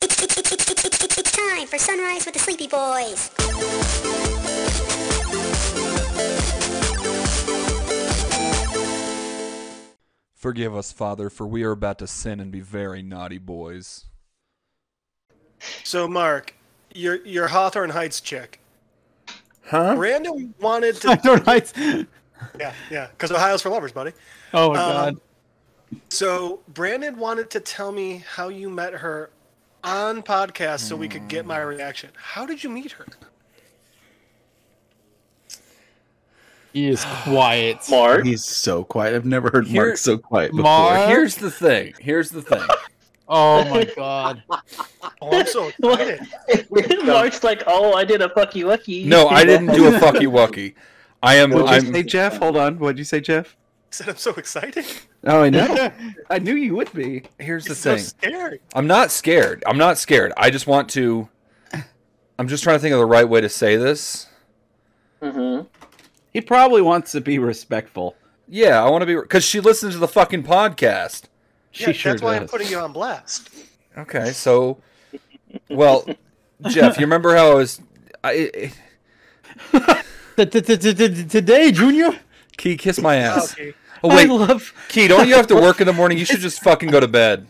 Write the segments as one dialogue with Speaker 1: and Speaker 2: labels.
Speaker 1: It's, it's, it's, it's, it's, it's time for sunrise with the sleepy boys.
Speaker 2: Forgive us, Father, for we are about to sin and be very naughty boys.
Speaker 3: So, Mark, your your Hawthorne Heights chick.
Speaker 4: Huh?
Speaker 3: Brandon wanted to.
Speaker 4: Hawthorne Heights.
Speaker 3: yeah, yeah, because Ohio's for lovers, buddy.
Speaker 4: Oh my god.
Speaker 3: So Brandon wanted to tell me how you met her on podcast so we could get my
Speaker 5: Hmm.
Speaker 3: reaction. How did you meet her?
Speaker 5: He is quiet.
Speaker 6: Mark.
Speaker 4: He's so quiet. I've never heard
Speaker 2: Here-
Speaker 4: Mark so quiet before.
Speaker 5: Mark.
Speaker 2: Here's the thing. Here's the thing.
Speaker 5: Oh my god.
Speaker 3: Oh, I'm so excited.
Speaker 6: Mark's like, oh, I did a fucky lucky.
Speaker 2: No, I didn't do a fucky wucky. I am.
Speaker 4: What'd you
Speaker 2: I'm.
Speaker 4: say, Jeff? Hold on. What'd you say, Jeff?
Speaker 3: I said I'm so excited.
Speaker 4: Oh, I know. I knew you would be.
Speaker 2: Here's the
Speaker 3: It's so
Speaker 2: thing.
Speaker 3: scary.
Speaker 2: I'm not scared. I'm not scared. I just want to. I'm just trying to think of the right way to say this.
Speaker 6: Mm-hmm.
Speaker 4: He probably wants to be respectful.
Speaker 2: Yeah, I want to be because she listens to the fucking podcast.
Speaker 3: Yeah, that's why I'm putting you on blast.
Speaker 2: Okay, so, well, Jeff, you remember how I was? I,
Speaker 5: Today, Junior.
Speaker 2: Key, kiss my ass.
Speaker 3: Okay.
Speaker 2: Oh wait,
Speaker 4: I love.
Speaker 2: Key, don't you have to work in the morning? You should just fucking go to bed.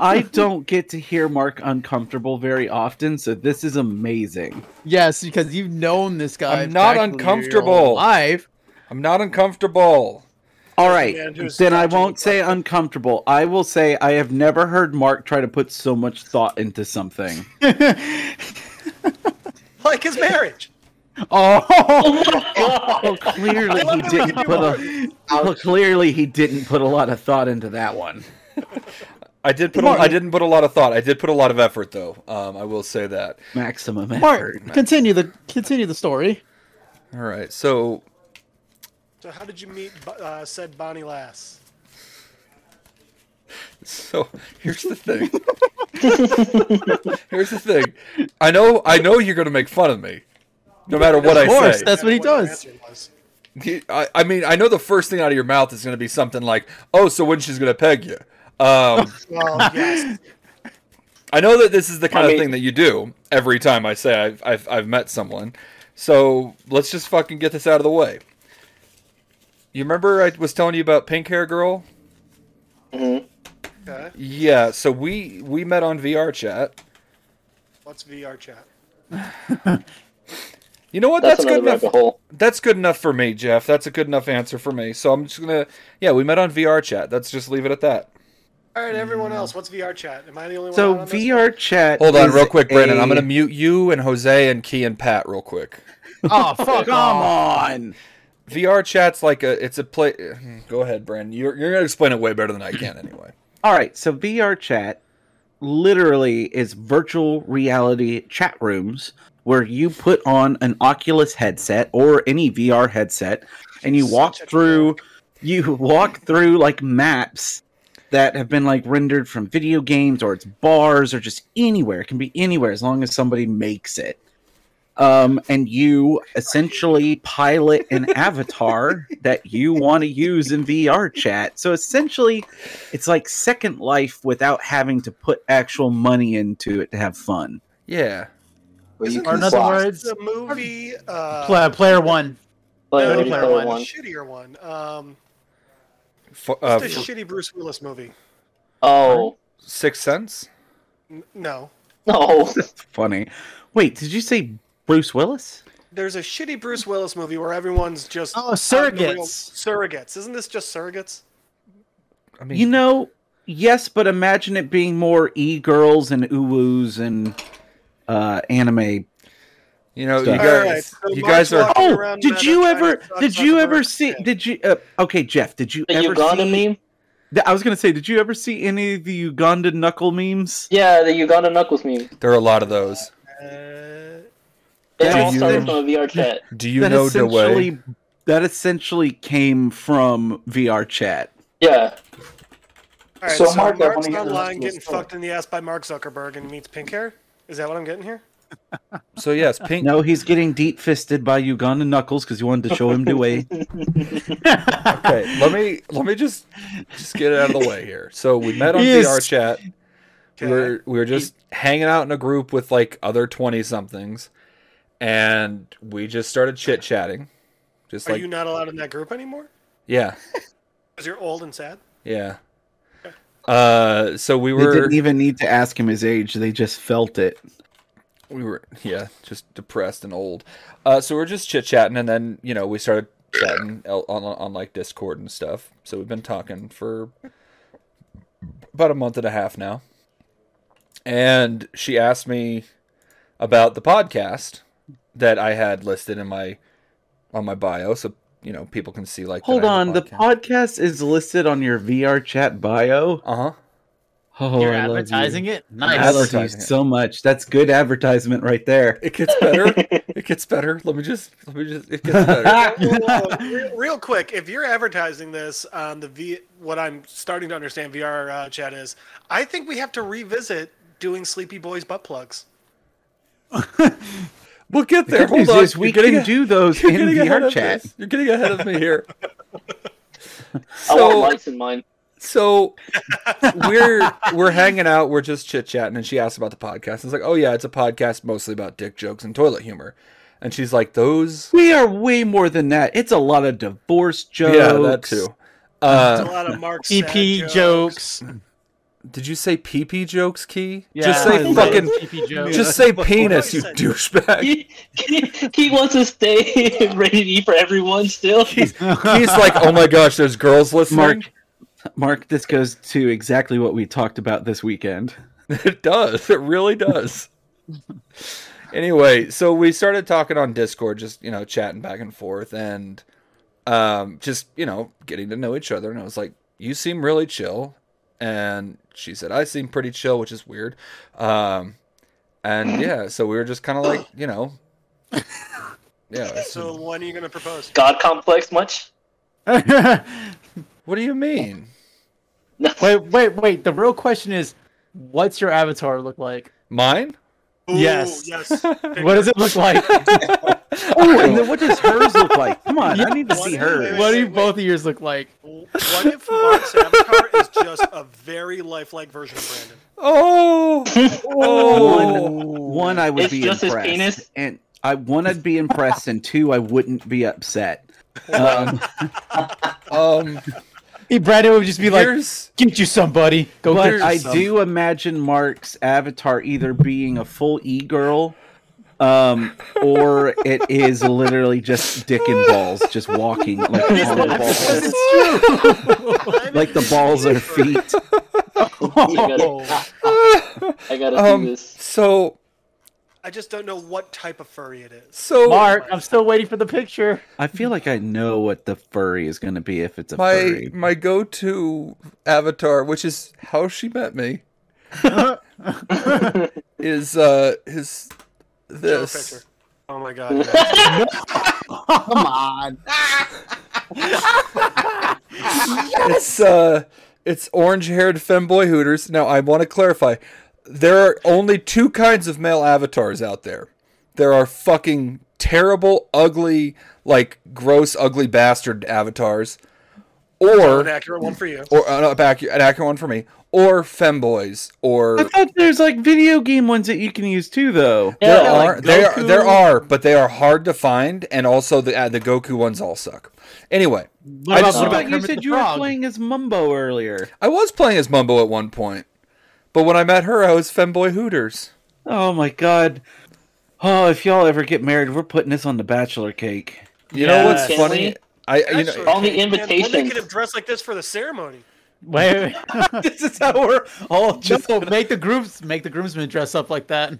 Speaker 4: I don't get to hear Mark uncomfortable very often, so this is amazing.
Speaker 5: Yes, because you've known this guy.
Speaker 2: I'm not
Speaker 5: practically your
Speaker 2: uncomfortable.
Speaker 5: whole Life.
Speaker 2: I'm not uncomfortable.
Speaker 4: All right,
Speaker 3: Yeah, just-
Speaker 4: then I won't say uncomfortable. I will say I have never heard Mark try to put so much thought into something.
Speaker 3: Like his marriage.
Speaker 5: Oh.
Speaker 4: Well, clearly he didn't put a. Well, clearly he didn't put a lot of thought into that one.
Speaker 2: I did put. A, I didn't put a lot of thought. I did put a lot of effort, though. Um, I will say that.
Speaker 4: Maximum effort.
Speaker 5: Mark, continue the continue the story.
Speaker 2: All right, so
Speaker 3: So how did you meet uh, said Bonnie Lass?
Speaker 2: So here's the thing. here's the thing. I know. I know you're gonna make fun of me, no matter what I
Speaker 5: Of course,
Speaker 2: say.
Speaker 5: that's what he does.
Speaker 3: your answer was.
Speaker 2: I, I mean, I know the first thing out of your mouth is gonna be something like, "Oh, so when she's gonna peg you?" Um,
Speaker 3: Well, yes.
Speaker 2: I know that this is the kind
Speaker 6: I
Speaker 2: of
Speaker 6: mean-
Speaker 2: thing that you do every time I say I've, I've I've met someone. So let's just fucking get this out of the way. You remember I was telling you about pink hair girl?
Speaker 3: Okay.
Speaker 2: Yeah. So we we met on VR chat.
Speaker 3: What's VR chat?
Speaker 2: You know what?
Speaker 6: That's,
Speaker 2: That's,
Speaker 6: another
Speaker 2: good enough.
Speaker 6: rabbit hole.
Speaker 2: That's good enough for me, Jeff. That's a good enough answer for me. So I'm just gonna, yeah, we met on VR chat. Let's just leave it at that.
Speaker 3: All right,
Speaker 2: Mm.
Speaker 3: everyone else, what's VR chat? Am I the only
Speaker 4: So
Speaker 3: one? out on this one?
Speaker 4: VR chat.
Speaker 2: Hold on,
Speaker 4: is
Speaker 2: real quick, Brandon. I'm
Speaker 4: a-
Speaker 2: gonna mute you and Jose and Key and Pat real quick.
Speaker 5: Oh fuck
Speaker 4: Come
Speaker 5: off.
Speaker 4: on.
Speaker 2: VR chat's like a, it's a play. hmm, Go ahead, Brandon. You're you're gonna explain it way better than I can anyway.
Speaker 4: All right, so VR chat literally is virtual reality chat rooms where you put on an Oculus headset or any VR headset and you walk
Speaker 3: Such a
Speaker 4: through you walk through like maps that have been like rendered from video games or it's bars or just anywhere. It can be anywhere as long as somebody makes it. Um, and you essentially pilot an avatar that you want to use in VR chat. So essentially, it's like Second Life without having to put actual money into it to have fun.
Speaker 2: Yeah.
Speaker 6: Where you
Speaker 3: Isn't
Speaker 6: can
Speaker 5: In other
Speaker 6: slot.
Speaker 5: words,
Speaker 3: The movie. Uh,
Speaker 5: pla- player one.
Speaker 6: Play
Speaker 3: no,
Speaker 6: Ready
Speaker 3: not
Speaker 5: player
Speaker 3: one,
Speaker 6: Player One.
Speaker 3: Shittier one. Um,
Speaker 2: F- uh,
Speaker 3: what's the
Speaker 2: f-
Speaker 3: shitty Bruce Willis movie?
Speaker 6: Oh
Speaker 2: Sixth Sense.
Speaker 3: N- no.
Speaker 6: no!
Speaker 4: Funny. Wait, did you say Bruce Willis?
Speaker 3: There's a shitty Bruce Willis movie where everyone's just
Speaker 5: Oh,
Speaker 3: out in the real-
Speaker 5: surrogates.
Speaker 3: Surrogates. Isn't this just surrogates?
Speaker 2: I mean,
Speaker 4: You know, yes, but imagine it being more e girls and uwus and uh, anime.
Speaker 2: you know, you
Speaker 4: All
Speaker 2: guys,
Speaker 3: right, so
Speaker 2: you
Speaker 3: Mark's
Speaker 2: guys are.
Speaker 3: walking- Walking
Speaker 4: Oh,
Speaker 3: around
Speaker 4: did
Speaker 3: Meta
Speaker 4: you
Speaker 3: trying
Speaker 4: ever?
Speaker 3: to suck
Speaker 4: Did you
Speaker 3: Zuckerberg
Speaker 4: ever see?
Speaker 3: dick.
Speaker 4: Did you? Uh, okay, Jeff. Did you
Speaker 6: The
Speaker 4: ever
Speaker 6: Uganda
Speaker 4: see?
Speaker 6: meme?
Speaker 4: Th- I was gonna say, did you ever see any of the Uganda knuckle memes?
Speaker 6: Yeah, the Uganda Knuckles meme.
Speaker 2: There are a lot of those.
Speaker 3: Uh,
Speaker 6: It
Speaker 4: Yeah,
Speaker 6: all
Speaker 2: you-
Speaker 6: started from a VR chat.
Speaker 2: Do you know the
Speaker 4: essentially,
Speaker 2: way?
Speaker 4: that essentially came from VR chat.
Speaker 3: all
Speaker 6: Yeah.
Speaker 3: right,
Speaker 6: So,
Speaker 3: so,
Speaker 6: Mark, I wanna
Speaker 3: Mark's
Speaker 6: hear the rest
Speaker 3: online
Speaker 6: of
Speaker 3: getting
Speaker 6: this story.
Speaker 3: fucked in the ass by Mark Zuckerberg and meets pink hair. Is that what I'm getting here?
Speaker 2: So yes, pink.
Speaker 4: No, he's getting deep fisted by Uganda Knuckles because you wanted to show him the way.
Speaker 2: okay, let me let me just just get it out of the way here. So we met on
Speaker 5: He is-
Speaker 2: VR chat.
Speaker 3: Okay.
Speaker 2: We were we were just hanging out in a group with like other twenty somethings, and we just started chit chatting, just
Speaker 3: Are
Speaker 2: like
Speaker 3: you not allowed in that group anymore?
Speaker 2: yeah,
Speaker 3: Because you're old and sad.
Speaker 2: yeah. Uh, so we
Speaker 4: They
Speaker 2: were
Speaker 4: didn't even need to ask him his age; they just felt it.
Speaker 2: we were yeah just depressed and old uh, so we we're just chit chatting and then you know we started chatting el- on, on, on like discord and stuff so we've been talking for about a month and a half now and she asked me about the podcast that i had listed in my on my bio so you know people can see like that
Speaker 4: Hold
Speaker 2: I have
Speaker 4: on,
Speaker 2: a
Speaker 4: the podcast is listed on your VR chat bio.
Speaker 2: uh-huh
Speaker 4: Oh,
Speaker 5: You're
Speaker 4: I love you.
Speaker 5: advertising it. Nice.
Speaker 4: I love you
Speaker 2: Advertising it.
Speaker 4: so much. That's good advertisement right there.
Speaker 2: it gets better it gets better let me just let me just it gets better
Speaker 4: Ah,
Speaker 3: Whoa, whoa, whoa. real, real quick, if you're advertising this on the V, what I'm starting to understand VR uh, chat is, I think we have to revisit doing Sleepy Boys butt plugs.
Speaker 2: we'll get there
Speaker 4: Good
Speaker 2: hold
Speaker 4: news
Speaker 2: on
Speaker 4: is we
Speaker 2: You're getting
Speaker 4: can
Speaker 2: a-
Speaker 4: do those
Speaker 2: You're
Speaker 4: in
Speaker 2: getting ahead
Speaker 4: VR
Speaker 2: of
Speaker 4: chat.
Speaker 2: this. You're getting ahead of me here.
Speaker 6: I want
Speaker 2: So,
Speaker 6: lights in mine.
Speaker 2: so we're we're hanging out. We're just chit chatting, and she asks about the podcast. It's like, oh yeah, it's a podcast mostly about dick jokes and toilet humor. And she's like, those,
Speaker 4: We are way more than that. It's a lot of divorce jokes.
Speaker 2: yeah, that too.
Speaker 3: There's
Speaker 2: Uh,
Speaker 3: a lot of Mark sad
Speaker 5: TP E jokes.
Speaker 2: did you say pee pee jokes, Key?
Speaker 5: Yeah.
Speaker 2: Just say
Speaker 5: I
Speaker 2: fucking.
Speaker 5: love TP jokes.
Speaker 2: Just say penis,
Speaker 3: I
Speaker 2: you
Speaker 3: said.
Speaker 2: douchebag.
Speaker 6: He, he, he wants to stay rated E for everyone still.
Speaker 2: He's, he's like, oh my gosh, there's girls listening.
Speaker 4: Mark, Mark, this goes to exactly what we talked about this weekend.
Speaker 2: It does. It really does. anyway, so we started talking on Discord, just you know, chatting back and forth, and um, just you know, getting to know each other. And I was like, "You seem really chill," and she said, "I seem pretty chill," which is weird. Um, and yeah, so we were just kind of like, you know, yeah. I said,
Speaker 3: So when are you going to propose?
Speaker 6: God complex much?
Speaker 2: what do you mean?
Speaker 5: wait, wait, wait. The real question is, what's your avatar look like?
Speaker 2: Mine?
Speaker 3: Ooh,
Speaker 5: Yes.
Speaker 3: Yes.
Speaker 5: What does it look like?
Speaker 4: Oh, and then what does hers look like? Come on, I need to
Speaker 3: What-
Speaker 4: see
Speaker 3: wait,
Speaker 4: hers.
Speaker 5: what do
Speaker 3: wait,
Speaker 5: you
Speaker 3: wait.
Speaker 5: both of yours look like?
Speaker 3: What if Mark's avatar is just a very lifelike version of Brandon?
Speaker 2: Oh, oh.
Speaker 4: One, one, I would
Speaker 6: It's
Speaker 4: be
Speaker 6: just his
Speaker 4: impressed,
Speaker 6: penis?
Speaker 4: and I one, I'd be impressed, and two, I wouldn't be upset. Um,
Speaker 2: um,
Speaker 5: Hey, Brandon would just be like,
Speaker 2: here's-
Speaker 5: "Get you somebody. Go get
Speaker 4: but
Speaker 5: you
Speaker 4: I
Speaker 5: some."
Speaker 4: do imagine Mark's avatar either being a full e girl, um, or it is literally just dick and balls, just walking like on the balls,
Speaker 3: I'm
Speaker 4: like the balls are feet.
Speaker 6: You gotta- I gotta
Speaker 2: um,
Speaker 6: do this.
Speaker 2: so
Speaker 3: I just don't know what type of furry it is.
Speaker 2: so
Speaker 5: Mark, I'm still waiting for the picture.
Speaker 4: I feel like I know what the furry is going to be if it's a
Speaker 2: my
Speaker 4: furry.
Speaker 2: my go-to avatar which is how she met me is uh his
Speaker 3: Show a
Speaker 2: this
Speaker 3: picture. Oh my god. guys.
Speaker 7: Come on.
Speaker 2: it's uh it's orange-haired femboy hooters now i want to clarify there are only two kinds of male avatars out there there are fucking terrible ugly like gross ugly bastard avatars
Speaker 3: An
Speaker 2: or
Speaker 3: accurate one for you.
Speaker 2: or uh, an accurate an accurate one for me or femboys or
Speaker 4: I thought there's like video game ones that you can use too, though.
Speaker 2: There
Speaker 5: Yeah, like
Speaker 2: are there are,
Speaker 5: Goku.
Speaker 2: there are, but they are hard to find, and also the uh, the Goku ones all suck. Anyway,
Speaker 5: What
Speaker 2: just-
Speaker 4: What
Speaker 5: what
Speaker 4: about you
Speaker 5: Kermit
Speaker 4: said
Speaker 5: the
Speaker 4: you were
Speaker 5: Frog?
Speaker 4: playing as Mumbo earlier.
Speaker 2: I was playing as Mumbo at one point, but when I met her, I was Femboy Hooters.
Speaker 4: Oh my god. Oh, if y'all ever get married, we're putting this on the bachelor cake.
Speaker 2: You
Speaker 5: Yeah.
Speaker 2: know what's
Speaker 6: Can
Speaker 2: funny?
Speaker 6: we?
Speaker 2: I you know
Speaker 3: Actually,
Speaker 6: All the
Speaker 3: man, Women
Speaker 6: invitations.
Speaker 3: could have dressed like this for the ceremony.
Speaker 5: Wait, wait.
Speaker 4: this is how we're all just
Speaker 5: No, make the grooms make the groomsmen dress up like that.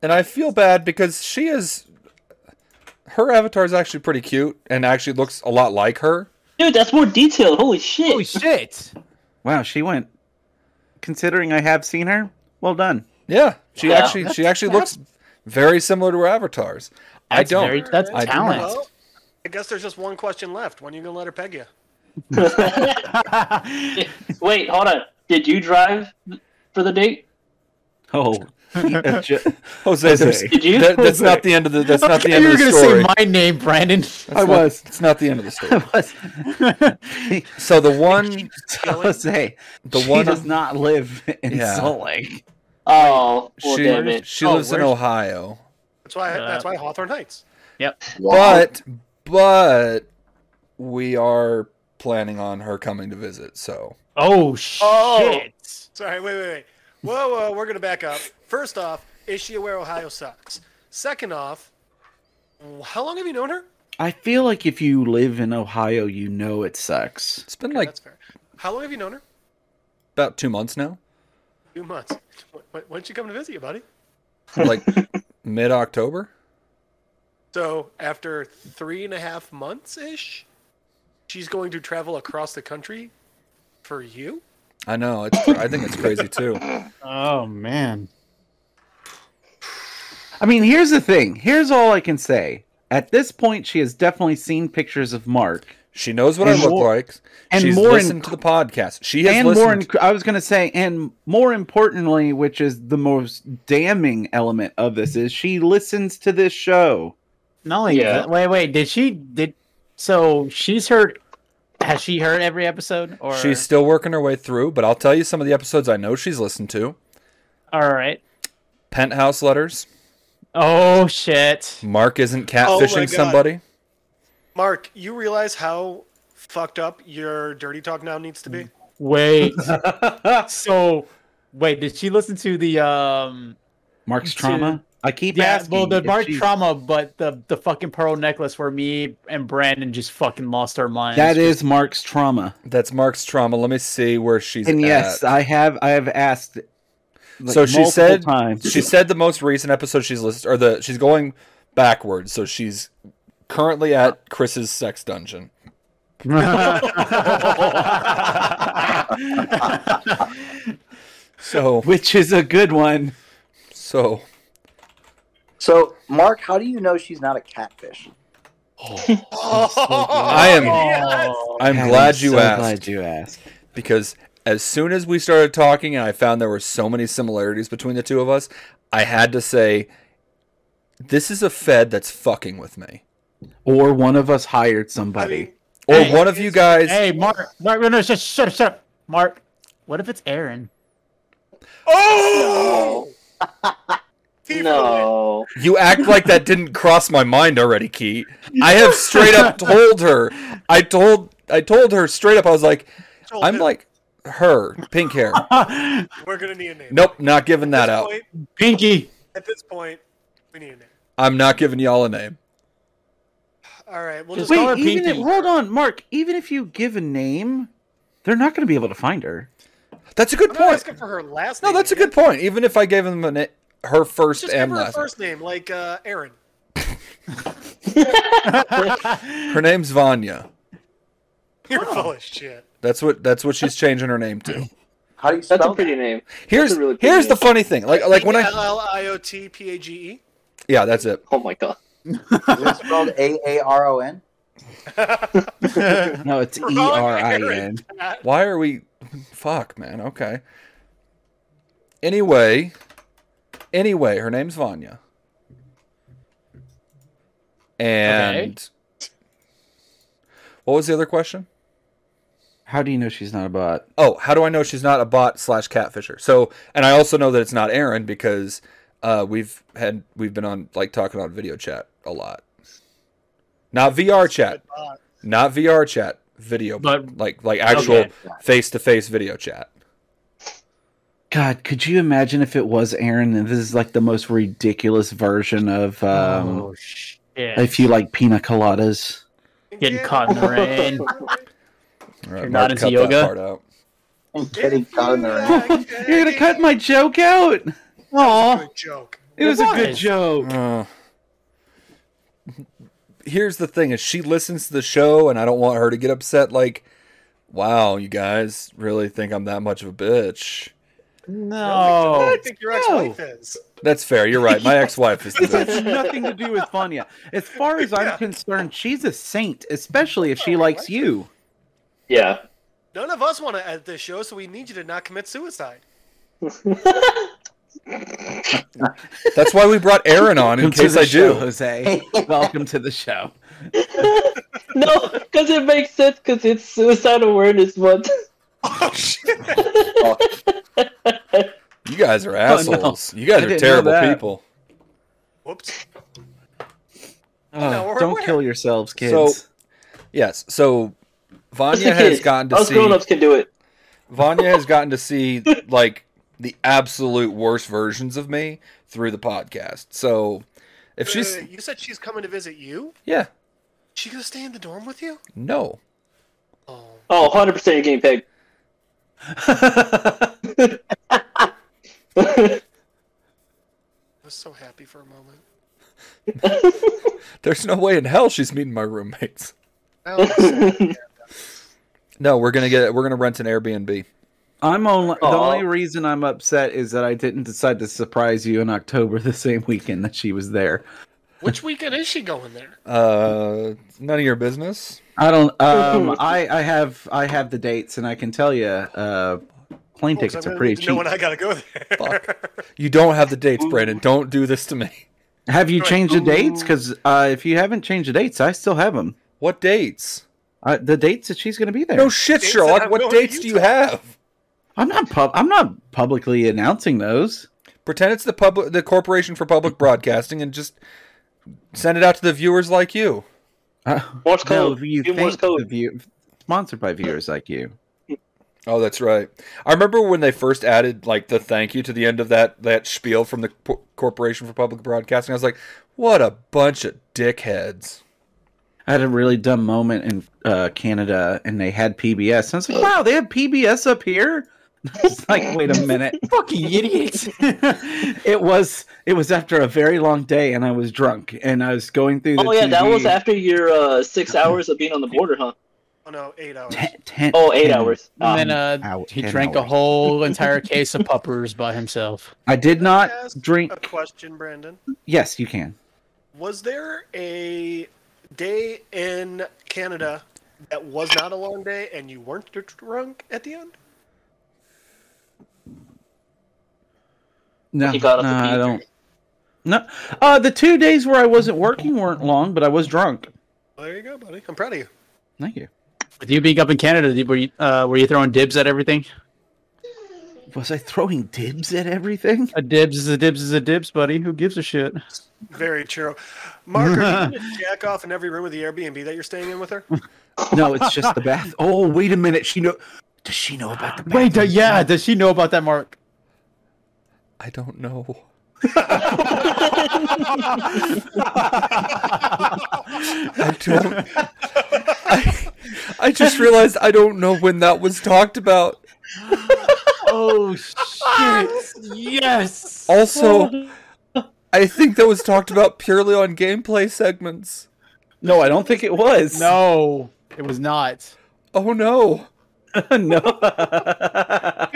Speaker 2: and I feel bad because she is her avatar is actually pretty cute and actually looks a lot like her.
Speaker 6: Dude, that's more detailed. Holy shit.
Speaker 5: Holy shit!
Speaker 4: Wow, she went. Considering I have seen her, well done.
Speaker 2: Yeah, she
Speaker 6: Wow.
Speaker 2: actually she actually looks very similar to her avatars. I
Speaker 5: That's
Speaker 2: don't.
Speaker 5: very- that's
Speaker 2: I do
Speaker 5: talent.
Speaker 2: not.
Speaker 3: Well, I guess there's just one question left. When are you gonna let her peg you?
Speaker 6: Wait, hold on. Did you drive for the date?
Speaker 4: Oh, Ju-
Speaker 2: Jose, there's-
Speaker 6: Did you?
Speaker 2: that- that's
Speaker 5: Jose.
Speaker 2: not the end of the. That's not the end
Speaker 5: you
Speaker 2: of
Speaker 5: were
Speaker 2: the
Speaker 5: gonna
Speaker 2: story.
Speaker 5: say my name, Brandon.
Speaker 2: That's not- It's not the end of the story. So the one,
Speaker 4: Jose,
Speaker 2: the
Speaker 4: she
Speaker 2: one,
Speaker 4: does not live in
Speaker 2: Yeah.
Speaker 4: Salt Lake.
Speaker 6: Oh, well,
Speaker 2: she,
Speaker 6: damn it.
Speaker 2: she
Speaker 5: Oh,
Speaker 2: lives in
Speaker 5: where's-
Speaker 2: Ohio,
Speaker 3: That's why. that's why Hawthorne Heights.
Speaker 2: but but we are planning on her coming to visit. So
Speaker 5: Oh shit!
Speaker 3: Sorry. Wait, wait, wait. Whoa, whoa. We're gonna back up. First off, is she aware Ohio sucks? Second off, how long have you known her?
Speaker 4: I feel like if you live in Ohio, you know it sucks.
Speaker 2: it's been
Speaker 3: Okay,
Speaker 2: like
Speaker 3: that's fair. How long have you known her?
Speaker 2: about two months now,
Speaker 3: Two months. When, when'd she come to visit you, buddy?
Speaker 2: like mid October.
Speaker 3: So after three and a half months ish, she's going to travel across the country for you.
Speaker 2: I know. It's, I think it's crazy too.
Speaker 5: Oh man.
Speaker 4: I mean, here's the thing. Here's all I can say. At this point, she has definitely seen pictures of Mark,
Speaker 2: She knows what
Speaker 4: And
Speaker 2: I look
Speaker 4: more-
Speaker 2: like.
Speaker 4: and
Speaker 2: She's
Speaker 4: more
Speaker 2: listened
Speaker 4: in-
Speaker 2: to the podcast. She has
Speaker 4: and
Speaker 2: listened.
Speaker 4: more. inc- I was gonna say, and more importantly, which is the most damning element of this, is she listens to this show.
Speaker 5: Not only
Speaker 6: Yeah.
Speaker 5: that- Wait, wait. Did she did? So she's heard. Has she heard every episode? Or
Speaker 2: She's still working her way through, but I'll tell you some of the episodes I know she's listened to.
Speaker 5: all right.
Speaker 2: Penthouse letters.
Speaker 5: Oh shit!
Speaker 2: Mark isn't
Speaker 3: Oh my
Speaker 2: catfishing
Speaker 3: God.
Speaker 2: somebody.
Speaker 3: Mark, you realize how fucked up your dirty talk now needs to be?
Speaker 5: Wait. so, wait. Did she listen to the um?
Speaker 4: Mark's trauma. I keep
Speaker 5: Yeah,
Speaker 4: asking.
Speaker 5: well, the
Speaker 4: if
Speaker 5: Mark
Speaker 4: she-
Speaker 5: trauma, but the the fucking pearl necklace where me and Brandon just fucking lost our minds.
Speaker 4: That is Mark's trauma.
Speaker 2: That's Mark's trauma. Let me see where she's
Speaker 4: And
Speaker 2: at.
Speaker 4: yes, I have. I have asked. like,
Speaker 2: So she
Speaker 4: multiple
Speaker 2: said
Speaker 4: times.
Speaker 2: she said the most recent episode she's listed or the she's going backwards, so she's currently at Chris's sex dungeon. So
Speaker 4: which is a good one.
Speaker 2: so
Speaker 7: So, Mark, how do you know she's not a catfish?
Speaker 2: I am I'm
Speaker 4: God,
Speaker 2: glad you
Speaker 4: so
Speaker 2: asked
Speaker 4: Glad you asked.
Speaker 2: because as soon as we started talking and I found there were so many similarities between the two of us, I had to say this is a fed that's fucking with me.
Speaker 4: Or one of us hired
Speaker 3: I
Speaker 4: somebody.
Speaker 3: mean,
Speaker 2: Or
Speaker 5: Hey,
Speaker 2: one of you guys
Speaker 5: Hey, Mark. Mark, no, no, shut, shut up, shut up. Mark, what if it's Aaron?
Speaker 3: oh, He ruined
Speaker 6: No.
Speaker 2: You act like that didn't cross my mind already, Key. I have straight up told her. I told I told her straight up. I was like,
Speaker 3: it. Told
Speaker 2: I'm
Speaker 3: him,
Speaker 2: like her, pink hair.
Speaker 3: we're gonna need a name.
Speaker 2: Nope, not giving that
Speaker 3: At this
Speaker 2: out.
Speaker 3: point-
Speaker 5: Pinky.
Speaker 3: at this point, we need a name.
Speaker 2: I'm not giving y'all a name.
Speaker 3: All right, we'll
Speaker 5: Just
Speaker 3: just
Speaker 5: call her
Speaker 4: Wait, even if,
Speaker 5: Pinky.
Speaker 4: hold on, Mark. Even if you give a name, they're not going to be able to find her.
Speaker 2: That's a good
Speaker 3: I'm not
Speaker 2: point.
Speaker 3: asking for her last
Speaker 2: No,
Speaker 3: name.
Speaker 2: that's a
Speaker 3: again.
Speaker 2: good point. Even if I gave them a na- her first
Speaker 3: Just give
Speaker 2: and
Speaker 3: her a
Speaker 2: last,
Speaker 3: first name, like uh, Aaron.
Speaker 2: her name's Vanya.
Speaker 3: You're
Speaker 2: Oh.
Speaker 3: full of shit.
Speaker 2: That's what that's what she's changing her name to.
Speaker 7: How do you spell
Speaker 6: That's a pretty name.
Speaker 2: Here's
Speaker 6: a really good
Speaker 2: here's the
Speaker 6: name.
Speaker 2: funny thing. Like like when I
Speaker 3: L L I O T P A G E.
Speaker 2: yeah, that's it.
Speaker 6: Oh my god.
Speaker 7: that? Is it spelled A A R O N?
Speaker 4: No, it's E
Speaker 3: Wrong
Speaker 4: R I N.
Speaker 3: Aaron.
Speaker 2: Why are we? Fuck, man. Okay. Anyway, anyway, her name's Vanya, and what was the other question?
Speaker 4: How do you know she's not a bot?
Speaker 2: Oh, how do I know she's not a bot slash catfisher? So, and I also know that it's not Aaron because uh, we've had we've been on like talking on video chat a lot, not VR chat, not VR chat, video,
Speaker 5: But-
Speaker 2: like like actual
Speaker 5: Okay.
Speaker 2: face to face video chat.
Speaker 4: God, could you imagine if it was Aaron? And this is like the most ridiculous version of um,
Speaker 5: oh shit!
Speaker 4: if you like pina coladas.
Speaker 5: Getting caught in the rain.
Speaker 2: All right, Mark,
Speaker 5: You're not into
Speaker 2: cut that
Speaker 5: yoga?
Speaker 2: part out.
Speaker 7: I'm kidding. Caught in the rain.
Speaker 4: You're gonna cut my joke out.
Speaker 5: Aw.
Speaker 3: Good joke.
Speaker 4: It was a good
Speaker 5: was.
Speaker 4: joke.
Speaker 2: Uh, here's the thing: is she listens to the show, and I don't want her to get upset. Like, wow, you guys really think I'm that much of a bitch?
Speaker 3: I
Speaker 5: No.
Speaker 3: don't think your ex-wife is.
Speaker 2: That's fair. You're right. My ex-wife is the
Speaker 4: This
Speaker 2: bitch.
Speaker 4: has nothing to do with Vanya. As far as I'm concerned, she's a saint, especially if she likes you.
Speaker 6: Yeah.
Speaker 3: None of us want to edit this show, so we need you to not commit suicide.
Speaker 2: That's why we brought Aaron on in
Speaker 4: Welcome to
Speaker 2: case
Speaker 4: the
Speaker 2: I
Speaker 4: show,
Speaker 2: do.
Speaker 4: Jose. Welcome to the show.
Speaker 6: no, because it makes sense because it's Suicide Awareness Month.
Speaker 3: Oh shit!
Speaker 2: You guys are
Speaker 4: Oh, no.
Speaker 2: assholes. You guys
Speaker 4: I
Speaker 2: are
Speaker 4: didn't know
Speaker 2: terrible
Speaker 4: that.
Speaker 2: people.
Speaker 3: Whoops.
Speaker 4: Oh,
Speaker 3: we're
Speaker 4: don't
Speaker 3: aware.
Speaker 4: kill yourselves, kids.
Speaker 2: So- Yes. So
Speaker 6: Just
Speaker 2: Vanya
Speaker 6: the
Speaker 2: has
Speaker 6: kids.
Speaker 2: gotten to
Speaker 6: Us
Speaker 2: see
Speaker 6: grown ups can do it.
Speaker 2: Vanya has gotten to see like the absolute worst versions of me through the podcast. So if she's
Speaker 3: Uh, you said she's coming to visit you.
Speaker 2: yeah,
Speaker 3: She gonna stay in the dorm with you?
Speaker 2: no.
Speaker 3: Oh,
Speaker 6: Oh, 100% you're getting pegged.
Speaker 3: I was so happy for a moment.
Speaker 2: There's no way in hell she's meeting my roommates.
Speaker 3: Now I'm sad.
Speaker 2: No, we're going to get we're going to rent an Airbnb.
Speaker 4: I'm only the
Speaker 6: Aw.
Speaker 4: only reason I'm upset is that I didn't decide to surprise you in October the same weekend that she was there.
Speaker 3: Which weekend is she going there?
Speaker 2: Uh none of your business.
Speaker 4: I don't. Um, I I have I have the dates and I can tell you. Uh, plane
Speaker 3: Oh, 'cause
Speaker 4: tickets
Speaker 3: I'm
Speaker 4: are
Speaker 3: gonna
Speaker 4: pretty
Speaker 3: need to Know
Speaker 4: cheap.
Speaker 3: when I gotta go there.
Speaker 2: Fuck. You don't have the dates, Brandon. Don't do this to me.
Speaker 4: Have you
Speaker 3: Right.
Speaker 4: changed the dates? Because uh, if you haven't changed the dates, I still have them.
Speaker 2: What dates?
Speaker 4: Uh, the dates that she's going to be there.
Speaker 2: No shit,
Speaker 3: Dates
Speaker 2: Sherlock.
Speaker 3: that I'm
Speaker 2: What
Speaker 3: going to
Speaker 2: dates do you
Speaker 3: Utah.
Speaker 2: have?
Speaker 4: I'm not pub. I'm not publicly announcing those.
Speaker 2: Pretend it's the public the Corporation for Public Broadcasting and just send it out to the viewers like you.
Speaker 4: Uh,
Speaker 6: Morse
Speaker 4: no,
Speaker 6: code.
Speaker 4: you
Speaker 6: Do Morse
Speaker 4: think the
Speaker 6: code.
Speaker 4: view- sponsored by viewers like you.
Speaker 2: Oh, that's right. I remember when they first added like the thank you to the end of that that spiel from the P- Corporation for Public Broadcasting. I was like, what a bunch of dickheads.
Speaker 4: I had a really dumb moment in uh, Canada, and they had PBS. And I was like, "Wow, they have PBS up here." It's like, wait a minute,
Speaker 5: Fucking idiot.
Speaker 4: it was it was after a very long day, and I was drunk, and I was going through. The
Speaker 6: Oh, yeah, that
Speaker 4: TV
Speaker 6: was after your uh, six hours of being on the border, huh?
Speaker 3: Oh no, eight hours.
Speaker 4: ten- ten-
Speaker 6: Oh, eight
Speaker 4: 10.
Speaker 6: hours. Ah.
Speaker 5: And then uh,
Speaker 4: Ow,
Speaker 5: he
Speaker 4: ten
Speaker 5: drank a
Speaker 4: hours.
Speaker 5: whole entire case of puppers by himself.
Speaker 4: I did not
Speaker 3: Can I ask
Speaker 4: drink.
Speaker 3: A question, Brandon.
Speaker 4: Yes, you can.
Speaker 3: Was there a day in Canada that was not a long day and you weren't drunk at the end?
Speaker 4: No,
Speaker 6: You got up
Speaker 4: no,
Speaker 6: to
Speaker 4: I
Speaker 6: pee.
Speaker 4: don't. No, uh, the two days where I wasn't working weren't long, but I was drunk.
Speaker 3: Well, there you go, buddy. I'm proud of you.
Speaker 4: Thank you.
Speaker 5: With you being up in Canada, did- were you, uh, were you throwing dibs at everything?
Speaker 4: Was I throwing dibs at everything?
Speaker 5: A dibs is a dibs is a dibs, buddy. Who gives a shit?
Speaker 3: Very true. Mark, are you gonna jack off in every room of the Airbnb that you're staying in with her?
Speaker 4: No, it's just the bath. Oh, wait a minute. She know. Does she know about the?
Speaker 5: Wait, uh, yeah. Does she know about that, Mark?
Speaker 2: I don't know. I don't. I, I just realized I don't know when that was talked about.
Speaker 5: Oh shit! yes.
Speaker 2: Also, I think that was talked about purely on gameplay segments.
Speaker 4: No, I don't think it was.
Speaker 5: No, it was not.
Speaker 2: Oh no.
Speaker 4: no.
Speaker 5: Dude, we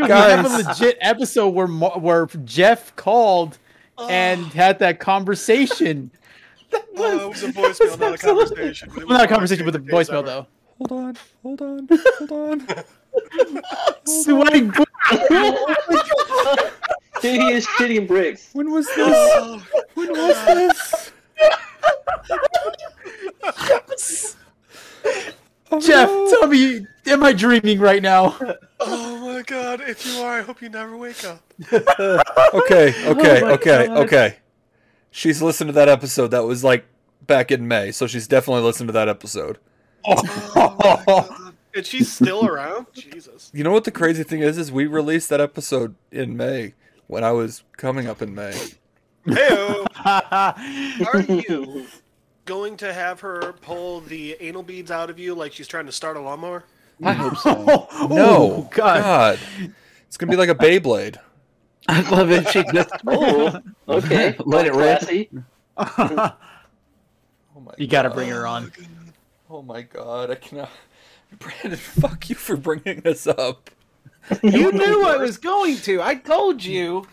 Speaker 2: Guys.
Speaker 5: have a legit episode where Mar- where Jeff called and had that conversation.
Speaker 3: Oh, it was a voicemail, not a conversation. It was
Speaker 5: Well, not
Speaker 3: one of
Speaker 5: a
Speaker 3: my
Speaker 5: conversation, but the
Speaker 3: favorite days
Speaker 5: voicemail
Speaker 3: ever.
Speaker 5: though.
Speaker 2: Hold on. Hold on. Hold on.
Speaker 5: Sweating.
Speaker 6: Dude, he is shitting bricks.
Speaker 2: When was
Speaker 5: Oh
Speaker 2: this? When was this? Oh,
Speaker 5: Jeff,
Speaker 2: no.
Speaker 5: tell me, am I dreaming right now?
Speaker 3: Oh my god, if you are, I hope you never wake up.
Speaker 2: Okay, okay,
Speaker 5: Oh my
Speaker 2: okay,
Speaker 5: God.
Speaker 2: okay. She's listened to that episode that was like back in May, so she's definitely listened to that episode.
Speaker 5: Oh
Speaker 3: And she's still around? Jesus.
Speaker 2: You know what the crazy thing is is we released that episode in May when I was coming up in May.
Speaker 3: Hey
Speaker 5: I
Speaker 3: Are you going to have her pull the anal beads out of you like she's trying to start a lawnmower?
Speaker 5: hope so.
Speaker 2: No.
Speaker 5: Oh God.
Speaker 2: It's going to be like a Beyblade.
Speaker 4: I love it. She just.
Speaker 6: Oh, okay.
Speaker 4: Let it rip.
Speaker 6: Classy.
Speaker 2: Oh my
Speaker 5: You gotta bring her on.
Speaker 2: Oh my god, I cannot Brandon, fuck you for bringing this up.
Speaker 4: You knew I was going to. I told you.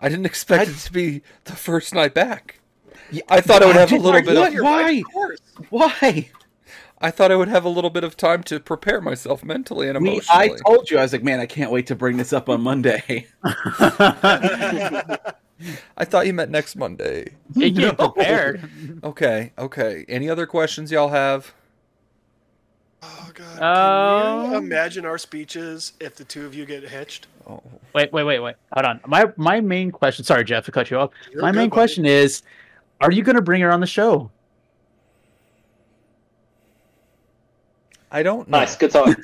Speaker 2: I didn't expect it to be the first night back. I thought I would have a little bit of
Speaker 4: What? Why? Why?
Speaker 2: I thought I would have a little bit of time to prepare myself mentally and
Speaker 4: We,
Speaker 2: emotionally.
Speaker 4: I told you. I was like, man, I can't wait to bring this up on Monday.
Speaker 2: I thought you meant next Monday.
Speaker 5: It get prepared.
Speaker 2: Okay, okay. Any other questions y'all have?
Speaker 3: Oh god. Can
Speaker 5: Um,
Speaker 3: you imagine our speeches if the two of you get hitched?
Speaker 2: Oh,
Speaker 5: Wait, wait, wait, wait. Hold on. My my main question. Sorry, Jeff, to cut you off.
Speaker 3: You're
Speaker 5: my
Speaker 3: good,
Speaker 5: main
Speaker 3: buddy.
Speaker 5: question is, are you going to bring her on the show?
Speaker 2: I don't know.
Speaker 6: Nice, good talk.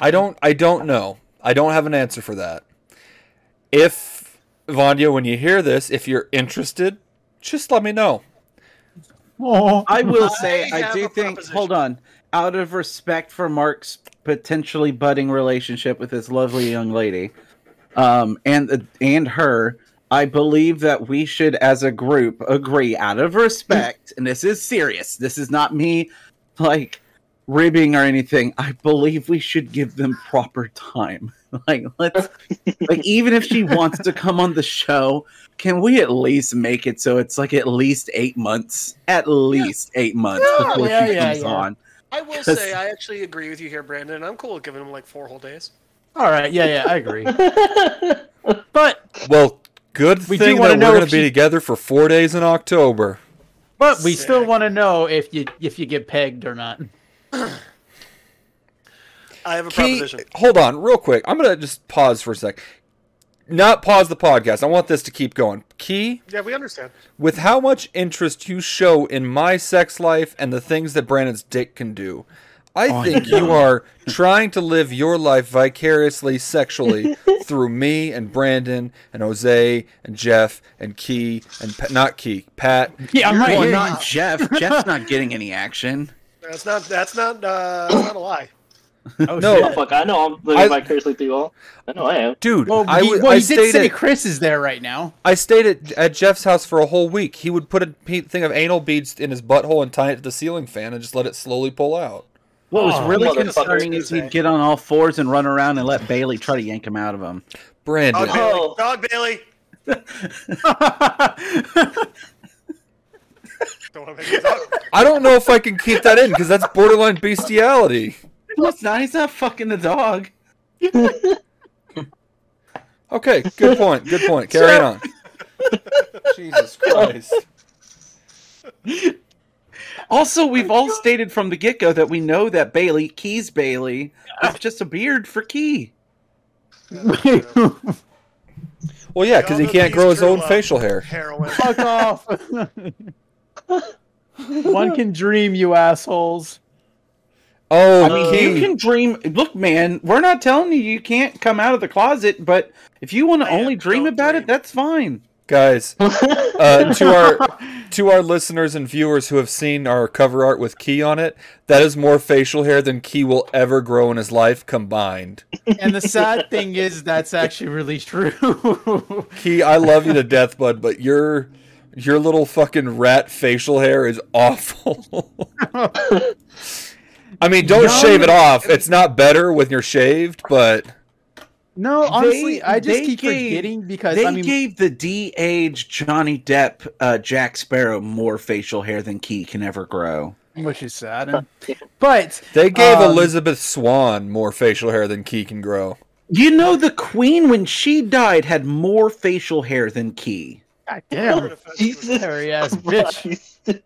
Speaker 2: I don't. I don't know. I don't have an answer for that. If Vanya, when you hear this, if you're interested, just let me know.
Speaker 5: Oh,
Speaker 4: I will say,
Speaker 3: I
Speaker 4: I,
Speaker 3: have
Speaker 4: do
Speaker 3: a
Speaker 4: think.
Speaker 3: proposition.
Speaker 4: Hold on. Out of respect for Mark's potentially budding relationship with this lovely young lady, um, and the and her, I believe that we should, as a group, agree out of respect. and this is serious. This is not me, like ribbing or anything. I believe we should give them proper time. Like let's, like even if she wants to come on the show, can we at least make it so it's like at least eight months? At least eight months
Speaker 3: Yeah,
Speaker 4: before
Speaker 5: yeah,
Speaker 4: she
Speaker 5: yeah,
Speaker 4: comes
Speaker 5: yeah.
Speaker 4: on.
Speaker 3: I will say I actually agree with you here, Brandon. I'm cool with giving him like four whole days.
Speaker 5: all right. Yeah, yeah, I agree. but
Speaker 2: Well, good
Speaker 5: We do
Speaker 2: thing
Speaker 5: wanna
Speaker 2: that
Speaker 5: know
Speaker 2: we're going
Speaker 5: if
Speaker 2: to be
Speaker 5: she-
Speaker 2: together for four days in October.
Speaker 5: but we still
Speaker 3: Sick.
Speaker 5: want to know if you if you get pegged or not.
Speaker 3: I have a
Speaker 2: Key,
Speaker 3: proposition.
Speaker 2: hold on, real quick. I'm going to just pause for a sec. Not pause the podcast. I want this to keep going. Key,
Speaker 3: Yeah, we understand.
Speaker 2: with how much interest you show in my sex life and the things that Brandon's dick can do, I
Speaker 5: Oh,
Speaker 2: think you are trying to live your life vicariously sexually through me and Brandon and Jose and Jeff and Key and pa- not Key, Pat.
Speaker 5: Yeah, I'm right
Speaker 4: Well,
Speaker 5: here.
Speaker 4: not Jeff. Jeff's not getting any action.
Speaker 3: That's not that's not uh that's not a lie.
Speaker 5: Oh,
Speaker 2: No.
Speaker 5: shit.
Speaker 6: Oh, fuck, I know I'm living
Speaker 2: I-
Speaker 6: vicariously through you all. I know I am.
Speaker 2: Dude,
Speaker 5: Well,
Speaker 2: I,
Speaker 5: he,
Speaker 2: w-
Speaker 5: well,
Speaker 2: I
Speaker 5: he did
Speaker 2: stayed
Speaker 5: say
Speaker 2: at,
Speaker 5: Chris is there right now.
Speaker 2: I stayed at, at Jeff's house for a whole week. He would put a pe- thing of anal beads in his butthole and tie it to the ceiling fan and just let it slowly pull out.
Speaker 4: What was
Speaker 5: Oh,
Speaker 4: really
Speaker 6: motherfucker.
Speaker 4: concerning is he'd get on all fours and run around and let Bailey try to yank him out of him.
Speaker 2: Brandon,
Speaker 3: Dog,
Speaker 6: Oh.
Speaker 3: Bailey. Dog Bailey. Don't want to make it dog.
Speaker 2: I don't know if I can keep that in because that's borderline bestiality.
Speaker 4: No, it's not. He's not fucking the dog.
Speaker 2: Okay, good point. Good point. Carry on. Jesus Christ.
Speaker 4: Also, we've all stated from the get go that we know that Bailey, Keys Bailey, is just a beard for Key.
Speaker 2: Well, yeah, because he
Speaker 3: Y'all know
Speaker 2: can't
Speaker 3: these
Speaker 2: grow his
Speaker 3: true
Speaker 2: own
Speaker 3: love.
Speaker 2: facial hair.
Speaker 3: Heroin.
Speaker 5: Fuck off. One can dream, you assholes.
Speaker 2: Oh,
Speaker 4: I mean,
Speaker 2: Key.
Speaker 4: Uh, you can dream. Look, man, we're not telling you you can't come out of the closet, but if you want to
Speaker 3: Man,
Speaker 4: only dream
Speaker 3: don't
Speaker 4: about
Speaker 3: dream.
Speaker 4: it, that's fine.
Speaker 2: guys. Uh, to our to our listeners and viewers who have seen our cover art with Key on it, that is more facial hair than Key will ever grow in his life combined.
Speaker 5: And the sad thing is, that's actually really true.
Speaker 2: Key, I love you to death, bud, but your your little fucking rat facial hair is awful. I mean, don't shave it off. It's not better when you're shaved, but
Speaker 5: no, honestly, I just
Speaker 4: they
Speaker 5: keep
Speaker 4: gave-
Speaker 5: forgetting because
Speaker 4: They
Speaker 5: I mean,
Speaker 4: gave the D age Johnny Depp uh, Jack Sparrow more facial hair than Key can ever grow.
Speaker 5: which is sad. and- But
Speaker 2: they gave
Speaker 5: Um,
Speaker 2: Elizabeth Swan more facial hair than Key can grow.
Speaker 4: You know, the Queen, when she died, had more facial hair than Key.
Speaker 5: God damn,
Speaker 6: Jesus.
Speaker 5: hairy ass bitch.
Speaker 6: Christ.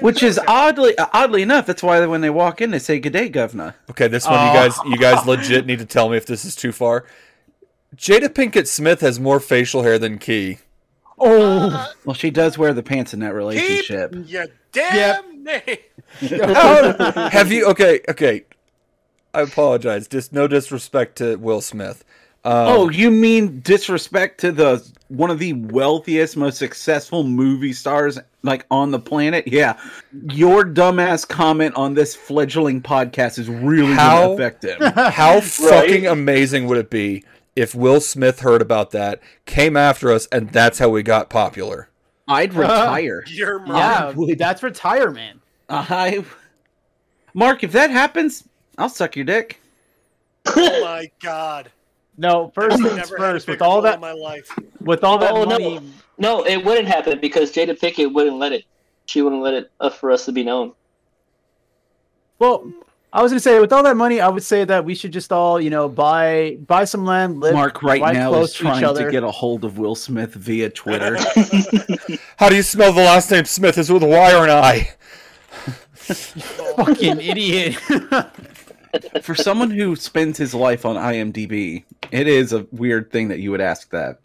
Speaker 4: Which is oddly, oddly enough, that's why when they walk in, they say "Good day, Governor."
Speaker 2: Okay, this one
Speaker 5: Aw.
Speaker 2: you guys you guys legit need to tell me if this is too far. Jada Pinkett Smith has more facial hair than Key.
Speaker 5: Oh,
Speaker 4: Well, she does wear the pants in that relationship.
Speaker 3: Yeah, damn name.
Speaker 2: How- have you okay, okay. I apologize. Just no disrespect to Will Smith. Um,
Speaker 4: Oh, you mean disrespect to the one of the wealthiest, most successful movie stars like on the planet? Yeah, your dumbass comment on this fledgling podcast is really
Speaker 2: How-
Speaker 4: gonna affect him.
Speaker 2: How fucking amazing would it be if Will Smith heard about that, came after us, and that's how we got popular?
Speaker 4: I'd retire.
Speaker 3: Your mom.
Speaker 5: yeah, that's retirement.
Speaker 4: I, Mark, if that happens, I'll suck your dick.
Speaker 3: Oh my god.
Speaker 5: No, first
Speaker 3: I've
Speaker 5: things
Speaker 3: never had a
Speaker 5: first. With
Speaker 3: bigger
Speaker 5: all
Speaker 3: hole in
Speaker 5: that,
Speaker 3: my life.
Speaker 5: with all that
Speaker 6: Oh, no.
Speaker 5: money,
Speaker 6: no, it wouldn't happen because Jada Pinkett wouldn't let it. She wouldn't let it uh, for us to be known.
Speaker 5: Well, I was gonna say, with all that money, I would say that we should just all, you know, buy buy some land. Live,
Speaker 4: Mark right
Speaker 5: right
Speaker 4: now
Speaker 5: close
Speaker 4: is
Speaker 5: to each
Speaker 4: trying
Speaker 5: other.
Speaker 4: to get a hold of Will Smith via Twitter.
Speaker 2: How do you smell the last name Smith is with a Y or an I?
Speaker 5: fucking idiot.
Speaker 4: For someone who spends his life on IMDb, it is a weird thing that you would ask that.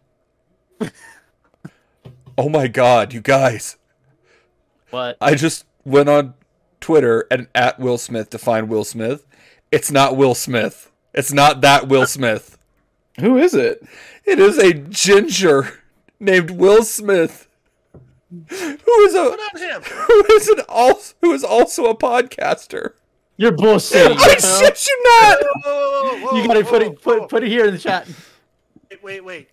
Speaker 2: Oh my god, you guys.
Speaker 5: what?
Speaker 2: I just went on Twitter and at Will Smith to find Will Smith. It's not Will Smith. It's not that Will Smith.
Speaker 4: Who is it?
Speaker 2: It is a ginger named Will Smith. Who is a
Speaker 3: What about him?
Speaker 2: who is an also who is also a podcaster.
Speaker 5: You're bullshitting.
Speaker 2: I shit you not.
Speaker 5: you gotta put it put put it here in the chat.
Speaker 3: Wait, wait, wait.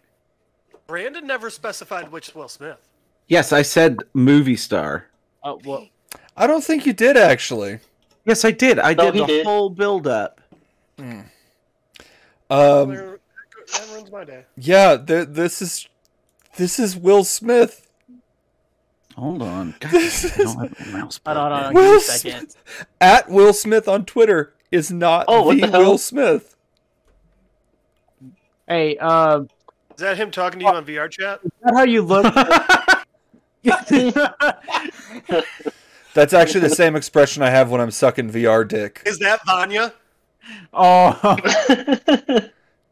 Speaker 3: Brandon never specified which Will Smith.
Speaker 4: Yes, I said movie star.
Speaker 5: Oh, well,
Speaker 2: I don't think you did actually.
Speaker 4: Yes, I did. I
Speaker 6: No,
Speaker 4: did
Speaker 6: he
Speaker 4: the
Speaker 6: did.
Speaker 4: whole build up.
Speaker 2: Um,
Speaker 3: That ruins my day.
Speaker 2: yeah, th- this is this is Will Smith.
Speaker 4: Hold on. God,
Speaker 2: This
Speaker 4: I
Speaker 2: is-
Speaker 4: don't have a mouse.
Speaker 5: hold on, hold on,
Speaker 4: button.
Speaker 5: give me
Speaker 2: Will
Speaker 5: a second.
Speaker 2: At Will Smith on Twitter is not
Speaker 6: Oh, what
Speaker 2: the
Speaker 6: the hell?
Speaker 2: Will Smith.
Speaker 5: Hey, um, is
Speaker 3: Is that him talking to you on VR chat?
Speaker 5: that how you look?
Speaker 2: That's actually the same expression I have when I'm sucking VR dick.
Speaker 3: Is that Vanya?
Speaker 5: oh,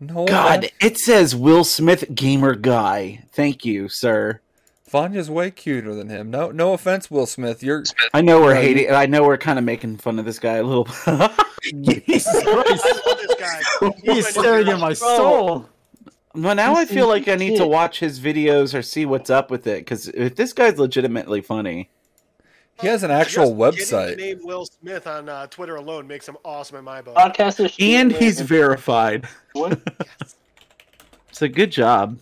Speaker 2: No,
Speaker 4: God,
Speaker 2: Van-
Speaker 4: it says Will Smith gamer guy. Thank you, sir.
Speaker 2: Vanya's way cuter than him. No, no offense, Will Smith. You're
Speaker 4: I know we're hating. I know we're kind of making fun of this guy a little.
Speaker 5: Jesus Christ!
Speaker 3: I love this guy.
Speaker 5: He's staring at my soul.
Speaker 4: Well, now I feel like I need to
Speaker 6: Shit.
Speaker 4: watch his videos or see what's up with it because if this guy's legitimately funny,
Speaker 2: he has an
Speaker 3: Just
Speaker 2: actual
Speaker 3: getting The
Speaker 2: website.
Speaker 3: name Will Smith on uh, Twitter alone makes him awesome in my book.
Speaker 6: Podcaster. shit,
Speaker 4: and
Speaker 6: man.
Speaker 4: he's verified,
Speaker 6: What?
Speaker 4: so good job.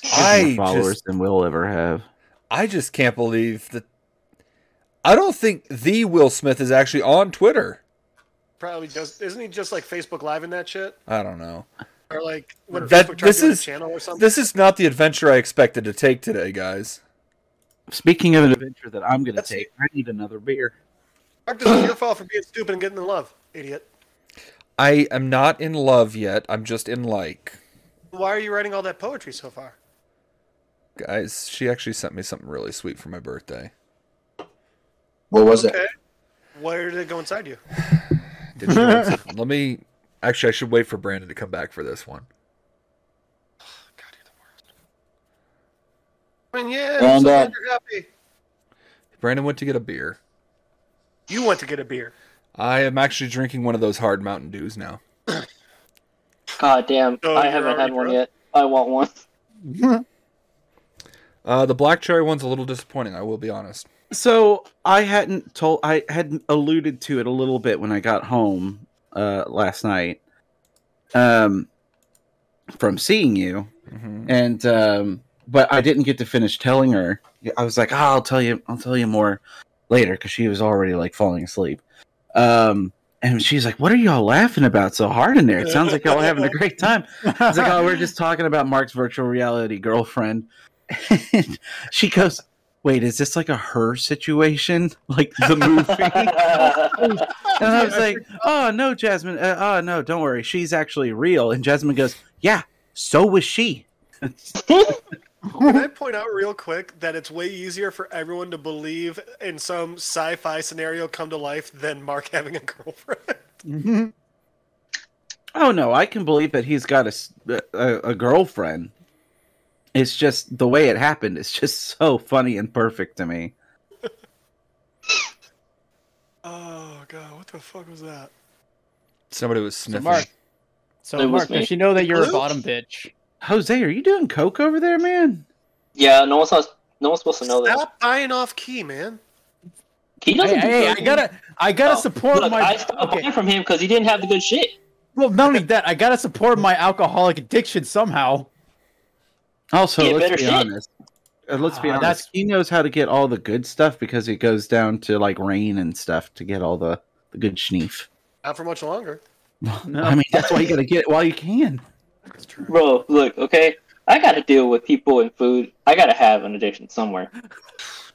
Speaker 4: Gives more
Speaker 2: I
Speaker 4: followers
Speaker 2: just,
Speaker 4: than we'll ever have.
Speaker 2: I just can't believe that. I don't think the Will Smith is actually on Twitter.
Speaker 3: Probably just isn't he just like Facebook Live and that shit,
Speaker 2: I don't know.
Speaker 3: or like when
Speaker 2: That-
Speaker 3: Facebook tried
Speaker 2: this
Speaker 3: doing
Speaker 2: is-
Speaker 3: a channel or something?
Speaker 2: This is not the adventure I expected to take today, guys.
Speaker 4: Speaking of an adventure that I'm going to
Speaker 3: That's-
Speaker 4: take, I need another beer.
Speaker 3: Mark, this is your fault for being stupid and getting in love, idiot.
Speaker 2: I am not in love yet. I'm just in like.
Speaker 3: Why are you writing all that poetry so far?
Speaker 2: Guys, she actually sent me something really sweet for my birthday.
Speaker 7: What was it?
Speaker 3: Where did it go inside you?
Speaker 2: Did you let me. Actually, I should wait for Brandon to come back for this one.
Speaker 3: God, you're the worst. I mean, yeah, I'm
Speaker 7: Well
Speaker 3: so glad
Speaker 7: done.
Speaker 3: you're happy.
Speaker 2: Brandon went to get a beer.
Speaker 3: You want to get a beer.
Speaker 2: I am actually drinking one of those hard Mountain Dews now.
Speaker 6: God damn!
Speaker 3: So
Speaker 6: I
Speaker 3: you're
Speaker 6: haven't had
Speaker 3: already
Speaker 6: one
Speaker 3: drunk?
Speaker 6: yet. I want one.
Speaker 2: Uh, the black cherry one's a little disappointing. I will be honest.
Speaker 4: So I hadn't told. I had alluded to it a little bit when I got home uh, last night, um, from seeing you.
Speaker 2: hmm
Speaker 4: and um but i didn't get to finish telling her i was like "Ah, i'll tell you i'll tell you more later because she was already like falling asleep um and she's like what are y'all laughing about so hard in there it sounds like y'all are having a great time i was like oh we're just talking about mark's virtual reality girlfriend and she goes wait is this like a her situation like the movie and I was like, "Oh no, Jasmine. Uh, oh no, don't worry. She's actually real." And Jasmine goes, "Yeah, so was she."
Speaker 3: Can I point out real quick that it's way easier for everyone to believe in some sci-fi scenario come to life than Mark having a girlfriend?
Speaker 4: Oh no, I can believe that he's got a s- a, a girlfriend. It's just the way it happened. It's just so funny and perfect to me.
Speaker 3: Oh god, what the fuck was that?
Speaker 2: Somebody was
Speaker 5: So
Speaker 2: sniffing.
Speaker 5: Mark,
Speaker 6: It
Speaker 5: so
Speaker 6: was
Speaker 5: Mark,
Speaker 6: me.
Speaker 5: does she know that you're a
Speaker 3: Oops.
Speaker 5: bottom bitch?
Speaker 4: Jose, are you doing coke over there, man?
Speaker 6: yeah, no one's not- no one's supposed to know that.
Speaker 3: Stop buying off key, man.
Speaker 6: He
Speaker 5: Hey,
Speaker 6: doesn't. do
Speaker 5: hey, I
Speaker 6: drugs.
Speaker 5: gotta, I gotta
Speaker 6: Oh,
Speaker 5: support
Speaker 6: Look,
Speaker 5: my.
Speaker 6: I stopped
Speaker 5: okay.
Speaker 6: buying from him because he didn't have the good shit.
Speaker 5: Well, not only that, I gotta support my alcoholic addiction somehow.
Speaker 4: Also,
Speaker 6: Yeah,
Speaker 4: let's
Speaker 6: better
Speaker 4: be
Speaker 6: shit.
Speaker 4: honest. Uh, let's be
Speaker 5: Ah,
Speaker 4: honest.
Speaker 5: that's-
Speaker 4: He knows how to get all the good stuff because he goes down to like rain and stuff to get all the the good schneef.
Speaker 3: Not for much longer.
Speaker 5: No.
Speaker 4: I mean, that's why you gotta get it while you can.
Speaker 6: Bro, look, okay? I gotta deal with people and food. I gotta have an addiction somewhere.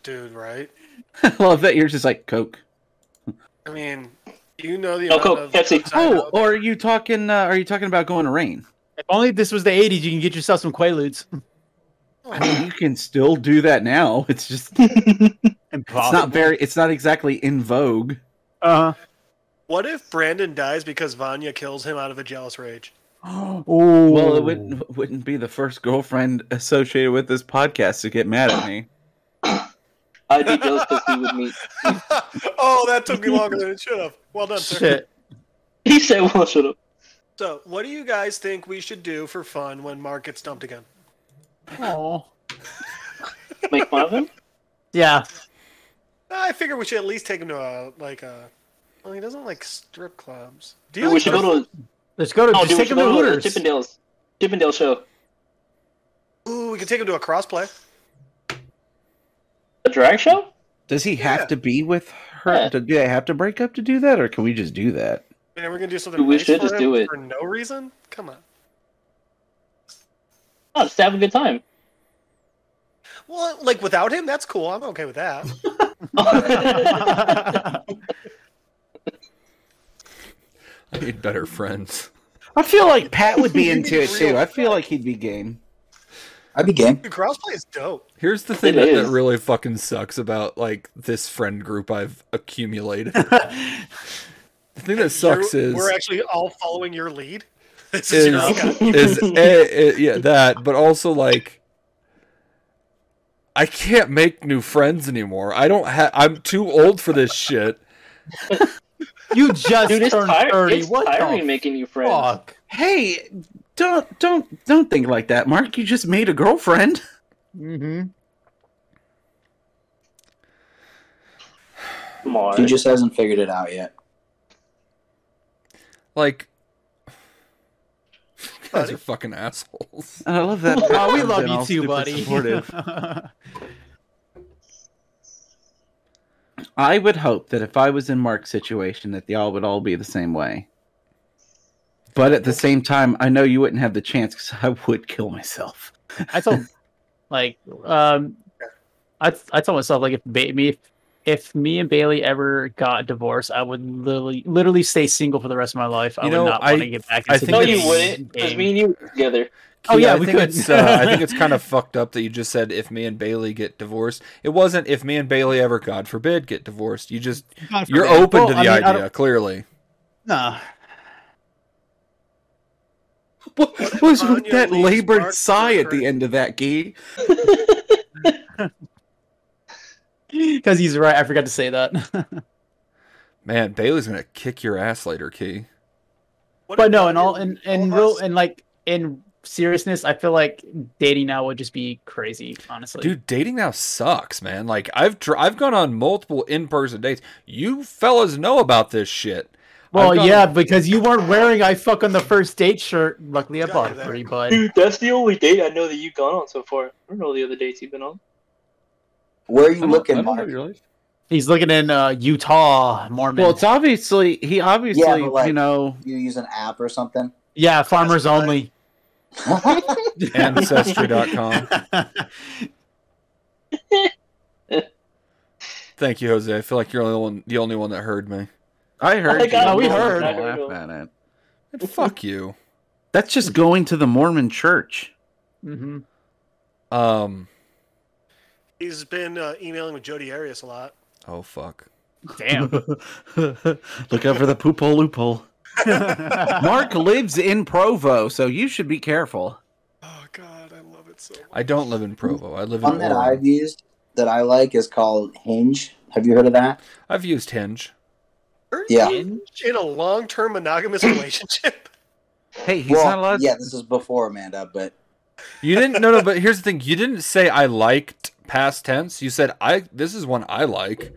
Speaker 3: Dude, right?
Speaker 4: Love that you're just like Coke.
Speaker 3: I mean, Do you know the
Speaker 6: Oh,
Speaker 3: amount
Speaker 6: Coke,
Speaker 3: of
Speaker 6: Pepsi.
Speaker 3: suicide
Speaker 4: Oh,
Speaker 3: notes-
Speaker 4: or are you talking? Uh, are you talking about going to rain?
Speaker 5: If only this was the 80s, you can get yourself some Quaaludes.
Speaker 4: I
Speaker 3: Oh,
Speaker 4: mean, you can still do that now. It's just it's not very. It's not exactly in vogue.
Speaker 5: Uh
Speaker 3: What if Brandon dies because Vanya kills him out of a jealous rage?
Speaker 5: huh.
Speaker 4: Well, it wouldn't wouldn't be the first girlfriend associated with this podcast to get mad at me.
Speaker 6: I'd be jealous because he would meet.
Speaker 3: oh, that took me longer than it should have. Well done, sir.
Speaker 5: Shit.
Speaker 6: He said, "Well, shut up."
Speaker 3: So, what do you guys think we should do for fun when Mark gets dumped again?
Speaker 5: Aw.
Speaker 6: Make fun of him.
Speaker 5: Yeah.
Speaker 3: I figure we should at least take him to a like a. Well, he doesn't like strip clubs. Do
Speaker 6: We should go to.
Speaker 5: Let's go to
Speaker 6: Oh,
Speaker 5: just
Speaker 6: dude, we
Speaker 5: take
Speaker 6: should
Speaker 5: him to
Speaker 6: go to a
Speaker 5: Hooters.
Speaker 6: Chippendales. Chippendale show.
Speaker 3: Ooh, we could take him to a crossplay.
Speaker 6: A drag show?
Speaker 4: Does he
Speaker 3: Yeah.
Speaker 4: have to be with her?
Speaker 6: Yeah.
Speaker 4: Do do they have to break up to do that, or can we just do that?
Speaker 3: Man, we're gonna do something.
Speaker 6: We
Speaker 3: nice
Speaker 6: should
Speaker 3: for
Speaker 6: just
Speaker 3: him
Speaker 6: do it.
Speaker 3: for no reason. Come on.
Speaker 6: Oh, just have a good time.
Speaker 3: Well, like without him, that's cool. I'm okay with that.
Speaker 2: I need better friends.
Speaker 4: I feel like Pat would be into it
Speaker 3: Real
Speaker 4: too. I feel like he'd be game.
Speaker 7: I'd be game.
Speaker 3: Dude, crossplay is dope.
Speaker 2: Here's the thing
Speaker 6: It
Speaker 2: that, that
Speaker 6: is.
Speaker 2: really fucking sucks about like this friend group I've accumulated. the thing that sucks
Speaker 3: We're-
Speaker 2: is
Speaker 3: we're actually all following your lead. This is,
Speaker 2: is,
Speaker 3: your outcome.
Speaker 2: is a, a- yeah that, but also like I can't make new friends anymore. I don't have. I'm too old for this shit.
Speaker 5: you just
Speaker 6: Dude, it's,
Speaker 5: turned
Speaker 6: tire-
Speaker 5: 30.
Speaker 6: it's
Speaker 5: what
Speaker 6: tiring
Speaker 5: the
Speaker 6: making new friends.
Speaker 5: fuck?
Speaker 4: Hey, don't don't don't think like that, Mark. You just made a girlfriend.
Speaker 5: Mm-hmm.
Speaker 6: Come on.
Speaker 7: She just hasn't figured it out yet.
Speaker 2: Like, you guys are fucking assholes.
Speaker 4: And I love that.
Speaker 5: Oh, we
Speaker 4: Pat's
Speaker 5: love
Speaker 4: been all
Speaker 5: you too,
Speaker 4: super
Speaker 5: buddy.
Speaker 4: supportive. I would hope that if I was in Mark's situation, that y'all would all be the same way. But at the same time, I know you wouldn't have the chance because I would kill myself.
Speaker 5: I told like um I I told myself like if ba- me if, if me and Bailey ever got divorced, I would literally literally stay single for the rest of my life. I
Speaker 2: You
Speaker 5: would
Speaker 2: know,
Speaker 5: not
Speaker 2: I-
Speaker 5: want to get back
Speaker 2: I
Speaker 5: into
Speaker 2: think
Speaker 6: no,
Speaker 5: the
Speaker 6: you
Speaker 2: it's-
Speaker 6: wouldn't. Because
Speaker 5: game.
Speaker 6: me and you were together.
Speaker 5: Oh, yeah,
Speaker 2: I
Speaker 5: we
Speaker 2: think
Speaker 5: could.
Speaker 2: It's, uh, I think it's kind of fucked up that you just said if me and Bailey get divorced. It wasn't if me and Bailey ever, God forbid, get divorced. You just
Speaker 5: God
Speaker 2: you're
Speaker 5: forbid.
Speaker 2: open
Speaker 5: Well,
Speaker 2: to the
Speaker 5: I mean, I don't-
Speaker 2: idea. Clearly,
Speaker 5: Nah.
Speaker 4: What
Speaker 3: if
Speaker 4: was with
Speaker 3: Anya
Speaker 4: that
Speaker 3: leaves
Speaker 4: labored
Speaker 3: Mark
Speaker 4: sigh at
Speaker 3: Zuckerberg?
Speaker 4: the end of that, Gee?
Speaker 5: Because he's right. I forgot to say that.
Speaker 2: man, Bailey's gonna kick your ass later, Key.
Speaker 3: What
Speaker 5: but
Speaker 3: if
Speaker 5: no,
Speaker 3: Vanya
Speaker 5: in all in,
Speaker 3: leaves
Speaker 5: in
Speaker 3: all
Speaker 5: real
Speaker 3: us?
Speaker 5: in like in seriousness, I feel like dating now would just be crazy, honestly.
Speaker 2: Dude, dating now sucks, man. Like I've tr- I've gone on multiple in-person dates. You fellas know about this shit.
Speaker 5: well,
Speaker 2: I've gone-
Speaker 5: yeah, because you weren't wearing I fuck on the first date shirt. Luckily I
Speaker 3: Got
Speaker 5: bought
Speaker 3: you
Speaker 5: it
Speaker 3: there.
Speaker 5: for you, bud.
Speaker 6: Dude, that's the only date I know that you've gone on so far. I don't know the other dates you've been on.
Speaker 7: Where are you
Speaker 4: I don't- I
Speaker 7: looking,
Speaker 4: don't know
Speaker 7: Mark?
Speaker 4: your life.
Speaker 5: He's looking in uh, Utah, Mormon.
Speaker 4: Well, it's obviously he obviously
Speaker 7: Yeah, but, like-
Speaker 4: you know
Speaker 7: You use an app or something?
Speaker 5: yeah, farmers only.
Speaker 2: Ancestry.com. Thank you, Jose. I feel like you're the only one, the only one that heard me.
Speaker 4: I heard
Speaker 6: I
Speaker 4: you.
Speaker 6: got
Speaker 5: No, we it. heard.
Speaker 4: Don't laugh at it.
Speaker 2: And fuck you.
Speaker 4: That's just going to the Mormon church.
Speaker 5: hmm
Speaker 2: Um.
Speaker 3: he's been uh, emailing with Jody Arias a lot.
Speaker 2: Oh fuck.
Speaker 5: Damn.
Speaker 4: Look out for the poop hole loophole. Mark lives in Provo, so you should be careful.
Speaker 3: Oh God, I love it so. much.
Speaker 2: I don't live in Provo. I live in
Speaker 7: One that I've
Speaker 2: Oregon.
Speaker 7: used that I like is called Hinge. Have you heard of that?
Speaker 2: I've used Hinge.
Speaker 3: Are
Speaker 7: Yeah.
Speaker 3: you in a long-term monogamous relationship.
Speaker 4: Hey, he's
Speaker 7: Well,
Speaker 4: not allowed.
Speaker 7: yeah, this is before Amanda, but
Speaker 2: You didn't. No, no. But here's the thing. You didn't say I liked past tense. You said I. This is one I like.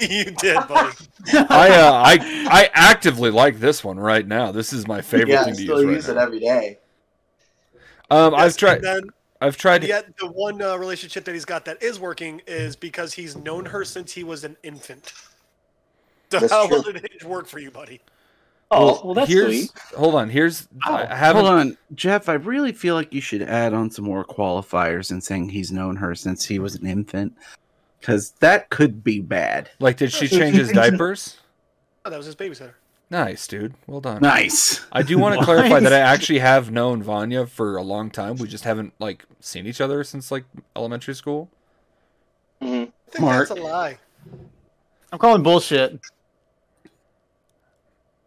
Speaker 3: you did, buddy.
Speaker 2: I. Uh, I. I actively like this one right now. This is my favorite
Speaker 7: yeah, I
Speaker 2: thing to
Speaker 7: still
Speaker 2: use. Right
Speaker 7: use it
Speaker 2: now.
Speaker 7: every day.
Speaker 2: Um.
Speaker 3: Yes,
Speaker 2: I've tried.
Speaker 3: And then
Speaker 2: I've tried.
Speaker 3: yet the one uh, relationship that he's got that is working is because he's known her since he was an infant. So
Speaker 7: That's
Speaker 3: how
Speaker 7: true.
Speaker 3: well did Hinge work for you, buddy?
Speaker 6: Oh, well, that's
Speaker 2: here's,
Speaker 6: sweet. Oh,
Speaker 2: Hold on. Here's. I haven't.
Speaker 4: Hold on, Jeff. I really feel like you should add on some more qualifiers in saying he's known her since he was an infant, because that could be bad.
Speaker 2: Like, did she change his diapers?
Speaker 3: Oh, that was his babysitter.
Speaker 2: Nice, dude. Well done.
Speaker 4: Nice.
Speaker 2: I do want to clarify that I actually have known Vanya for a long time. We just haven't like seen each other since like elementary school.
Speaker 6: hmm
Speaker 3: I think
Speaker 4: Mark.
Speaker 3: that's a lie.
Speaker 5: I'm calling bullshit.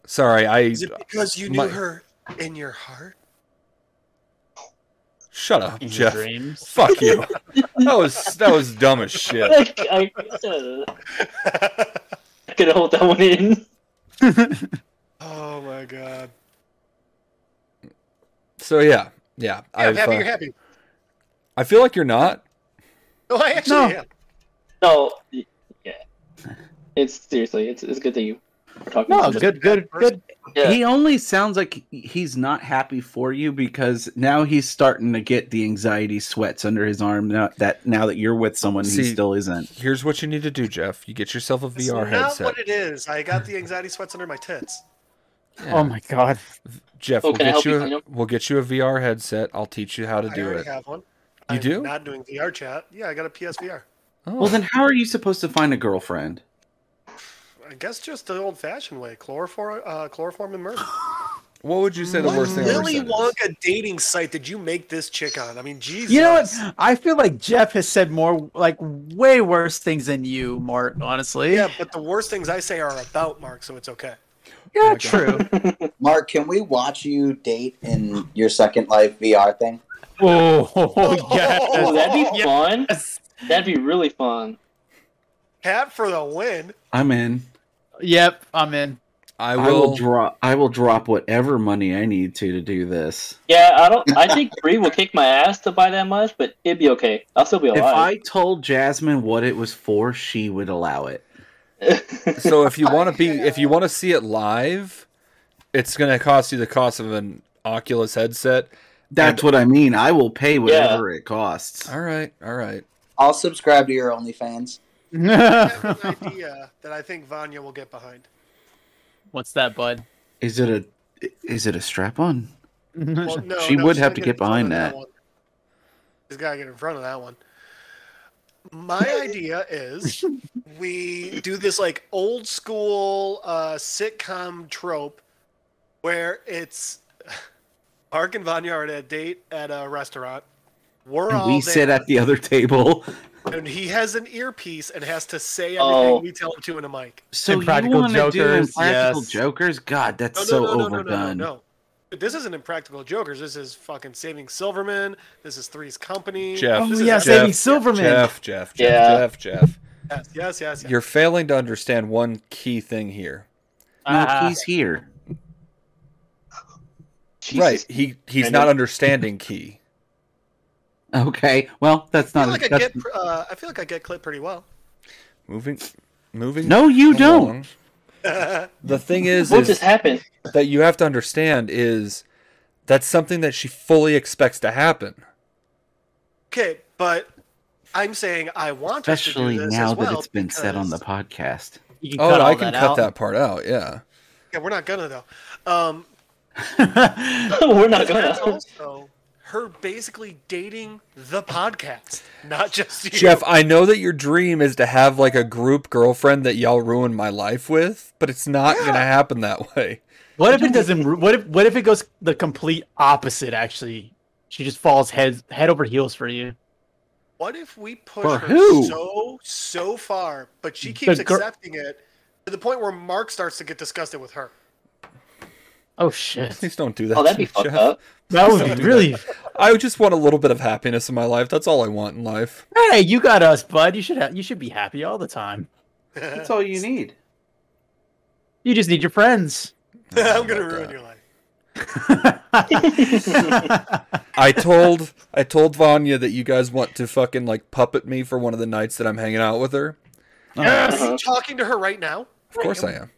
Speaker 2: Sorry, I
Speaker 3: Is it because you knew
Speaker 2: My-
Speaker 3: her in your heart?
Speaker 2: shut up,
Speaker 5: In your
Speaker 2: Jeff.
Speaker 5: dreams.
Speaker 2: Fuck you. that was that was dumb as shit.
Speaker 6: I, I, uh, I could hold that one in.
Speaker 3: oh my god.
Speaker 2: So yeah, yeah.
Speaker 3: Yeah, I'm
Speaker 2: I've,
Speaker 3: happy
Speaker 2: uh,
Speaker 3: you're happy.
Speaker 2: I feel like you're not.
Speaker 3: Oh, I actually
Speaker 4: No.
Speaker 3: am.
Speaker 6: No, y- yeah. It's seriously, it's it's good that you were talking.
Speaker 4: No,
Speaker 6: about
Speaker 4: good.
Speaker 6: this.
Speaker 5: good, good.
Speaker 6: Yeah.
Speaker 4: He only sounds like he- he's not happy for you because now he's starting to get the anxiety sweats under his arm. Now that now that you're with someone, he
Speaker 2: See-
Speaker 4: still isn't.
Speaker 2: Here's what you need to do, Jeff. You get yourself a
Speaker 3: It's
Speaker 2: VR
Speaker 3: not
Speaker 2: headset.
Speaker 3: what it is. I got the anxiety sweats under my tits.
Speaker 2: Yeah.
Speaker 5: Oh my god.
Speaker 2: Jeff,
Speaker 6: Oh,
Speaker 2: we'll
Speaker 6: can
Speaker 2: get
Speaker 6: I help
Speaker 2: you.
Speaker 6: you
Speaker 2: A,
Speaker 6: clean up?
Speaker 2: we'll get you a VR headset. I'll teach you how to
Speaker 3: I
Speaker 2: do
Speaker 3: already
Speaker 2: it.
Speaker 3: have one.
Speaker 2: You
Speaker 3: I'm
Speaker 2: do?
Speaker 3: Not doing VR chat. Yeah, I got a PSVR.
Speaker 2: Oh,
Speaker 4: Well, then how are you supposed to find a girlfriend?
Speaker 3: I guess just the old-fashioned way: chloroform, uh, chloroform immersion.
Speaker 2: what would you say the worst thing? I've ever
Speaker 3: Willy
Speaker 2: said is?
Speaker 3: Wonka dating site did you make this chick on? I mean, Jesus.
Speaker 8: You know what? I feel like Jeff has said more, like way worse things than you, Mart. Honestly,
Speaker 3: Yeah, but the worst things I say are about Mark, so it's okay.
Speaker 5: Oh
Speaker 8: yeah, true.
Speaker 7: Mark, can we watch you date in your Second Life VR thing?
Speaker 5: Oh, yes.
Speaker 6: Oh, that'd be
Speaker 5: Yes.
Speaker 6: fun. That'd be really fun.
Speaker 3: Cat for the win.
Speaker 4: I'm in.
Speaker 8: Yep, I'm in.
Speaker 2: I
Speaker 4: I
Speaker 2: will.
Speaker 4: will, drop. I will drop whatever money I need to to do this.
Speaker 6: Yeah, I don't. I think Bree will kick my ass to buy that much, but it'd be okay. I'll still be
Speaker 4: If
Speaker 6: alive.
Speaker 4: I told Jasmine what it was for, she would allow it.
Speaker 2: so if you want to be, if you want to see it live, it's going to cost you the cost of an Oculus headset.
Speaker 4: That's what I mean. I will pay whatever it costs.
Speaker 2: All right, all right.
Speaker 7: I'll subscribe to your OnlyFans.
Speaker 3: I have an idea that I think Vanya will get behind.
Speaker 5: What's that, bud?
Speaker 4: Is it a? Is it a strap on?
Speaker 3: Well, no,
Speaker 4: She
Speaker 3: no,
Speaker 4: would
Speaker 3: she's
Speaker 4: have
Speaker 3: gotta
Speaker 4: to
Speaker 3: in
Speaker 4: get
Speaker 3: front
Speaker 4: behind
Speaker 3: of
Speaker 4: that.
Speaker 3: one. She's got to get in front of that one. My idea is we do this like old school uh, sitcom trope where it's Mark and Vanya are at a date at a restaurant. We're
Speaker 4: And
Speaker 3: all
Speaker 4: we
Speaker 3: there,
Speaker 4: sit at the other table.
Speaker 3: and he has an earpiece and has to say everything
Speaker 6: Oh.
Speaker 3: we tell him to in a mic.
Speaker 4: So
Speaker 5: And
Speaker 4: you
Speaker 5: Practical
Speaker 4: want to do
Speaker 5: Jokers,
Speaker 4: Impractical
Speaker 5: yes.
Speaker 4: Jokers? God, that's
Speaker 3: No, no,
Speaker 4: so
Speaker 3: no, no, no, no,
Speaker 4: overdone.
Speaker 3: no, no. This isn't Impractical Jokers. This is fucking Saving Silverman. This is Three's Company.
Speaker 2: Jeff.
Speaker 8: Oh
Speaker 3: This is
Speaker 8: yeah,
Speaker 3: everything.
Speaker 8: Saving
Speaker 2: Jeff,
Speaker 8: Silverman.
Speaker 2: Jeff, Jeff, Jeff,
Speaker 6: Yeah.
Speaker 2: Jeff, Jeff.
Speaker 3: Yes, yes, yes. yes.
Speaker 2: You're failing to understand one key thing here.
Speaker 4: No,
Speaker 3: Uh-huh.
Speaker 5: Ah.
Speaker 4: he's here.
Speaker 6: Jesus.
Speaker 2: Right. He he's
Speaker 6: I
Speaker 2: not
Speaker 6: know.
Speaker 2: understanding key.
Speaker 4: Okay. Well, that's
Speaker 3: I
Speaker 4: not.
Speaker 3: feel like I
Speaker 4: that's-
Speaker 3: get. Uh, I feel like I get clipped pretty well.
Speaker 2: Moving moving
Speaker 4: no, you don't.
Speaker 2: along. The thing is,
Speaker 6: What
Speaker 2: is
Speaker 6: just happened?
Speaker 2: that you have to understand is that's something that she fully expects to happen.
Speaker 3: Okay, but I'm saying I want
Speaker 4: Especially
Speaker 3: us to do this
Speaker 4: now
Speaker 3: as well
Speaker 4: that it's been said on the
Speaker 3: because-
Speaker 4: podcast.
Speaker 5: You can
Speaker 2: Oh,
Speaker 5: cut all
Speaker 2: I can
Speaker 5: that
Speaker 2: cut
Speaker 5: out.
Speaker 2: that part out. Yeah.
Speaker 3: Yeah, we're not gonna though. Um,
Speaker 6: We're not
Speaker 3: that's
Speaker 6: gonna.
Speaker 3: also her basically dating the podcast, not just you.
Speaker 2: Jeff, I know that your dream is to have like a group girlfriend that y'all ruined my life with, but it's not gonna happen that way.
Speaker 5: What if it doesn't? ru- What if? What if it goes the complete opposite? Actually, she just falls head head over heels for you.
Speaker 3: What if we push
Speaker 4: For
Speaker 3: her
Speaker 4: who?
Speaker 3: so so far, but she keeps
Speaker 5: The gir-
Speaker 3: accepting it to the point where Mark starts to get disgusted with her.
Speaker 5: Oh shit!
Speaker 2: Please don't do that.
Speaker 6: Oh, that'd
Speaker 2: to
Speaker 6: be
Speaker 2: me,
Speaker 6: fucked
Speaker 2: Jeff.
Speaker 6: up.
Speaker 5: That
Speaker 2: Don't
Speaker 5: would
Speaker 2: do
Speaker 5: be
Speaker 2: that.
Speaker 5: really.
Speaker 2: I just want a little bit of happiness in my life. That's all I want in life.
Speaker 5: Hey, you got us, bud. You should have. You should be happy all the time.
Speaker 4: That's all you need.
Speaker 5: You just need your friends.
Speaker 4: Oh
Speaker 3: I'm gonna ruin your life.
Speaker 2: I told I told Vanya that you guys want to fucking like puppet me for one of the nights that I'm hanging out with her.
Speaker 3: Are
Speaker 6: Uh-huh.
Speaker 3: you talking to her right now?
Speaker 2: Of course I am.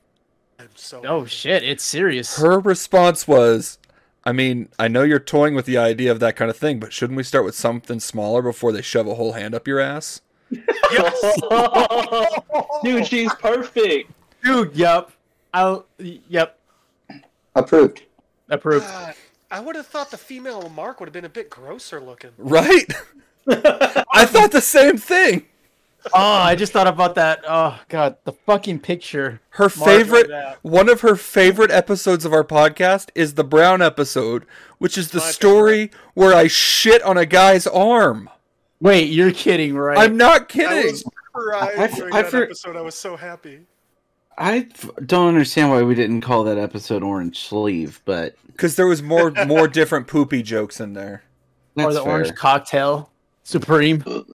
Speaker 3: I'm so
Speaker 5: Oh shit! It's serious.
Speaker 2: Her response was, I mean, I know you're toying with the idea of that kind of thing, but shouldn't we start with something smaller before they shove a whole hand up your ass?
Speaker 6: Dude, she's perfect.
Speaker 5: Dude, yep. I yep.
Speaker 7: Approved.
Speaker 5: Approved.
Speaker 3: God, I would have thought the female Mark would have been a bit grosser looking.
Speaker 2: Right? I thought the same thing.
Speaker 5: oh, I just thought about that. Oh god, the fucking picture.
Speaker 2: Her
Speaker 5: Mark laid
Speaker 2: favorite,
Speaker 5: out.
Speaker 2: one of her favorite episodes of our podcast is the Brown episode, which is the
Speaker 3: My
Speaker 2: story where I shit on a guy's arm.
Speaker 5: Wait, you're kidding, right?
Speaker 2: I'm not
Speaker 3: I
Speaker 2: kidding.
Speaker 3: was crying
Speaker 4: I- I-
Speaker 3: during
Speaker 4: I
Speaker 3: that
Speaker 4: for-
Speaker 3: episode. I was so happy.
Speaker 4: I f- don't understand why we didn't call that episode Orange Sleeve, but
Speaker 2: Because there was more more different poopy jokes in there.
Speaker 4: that's
Speaker 5: or the
Speaker 4: fair.
Speaker 5: orange cocktail supreme.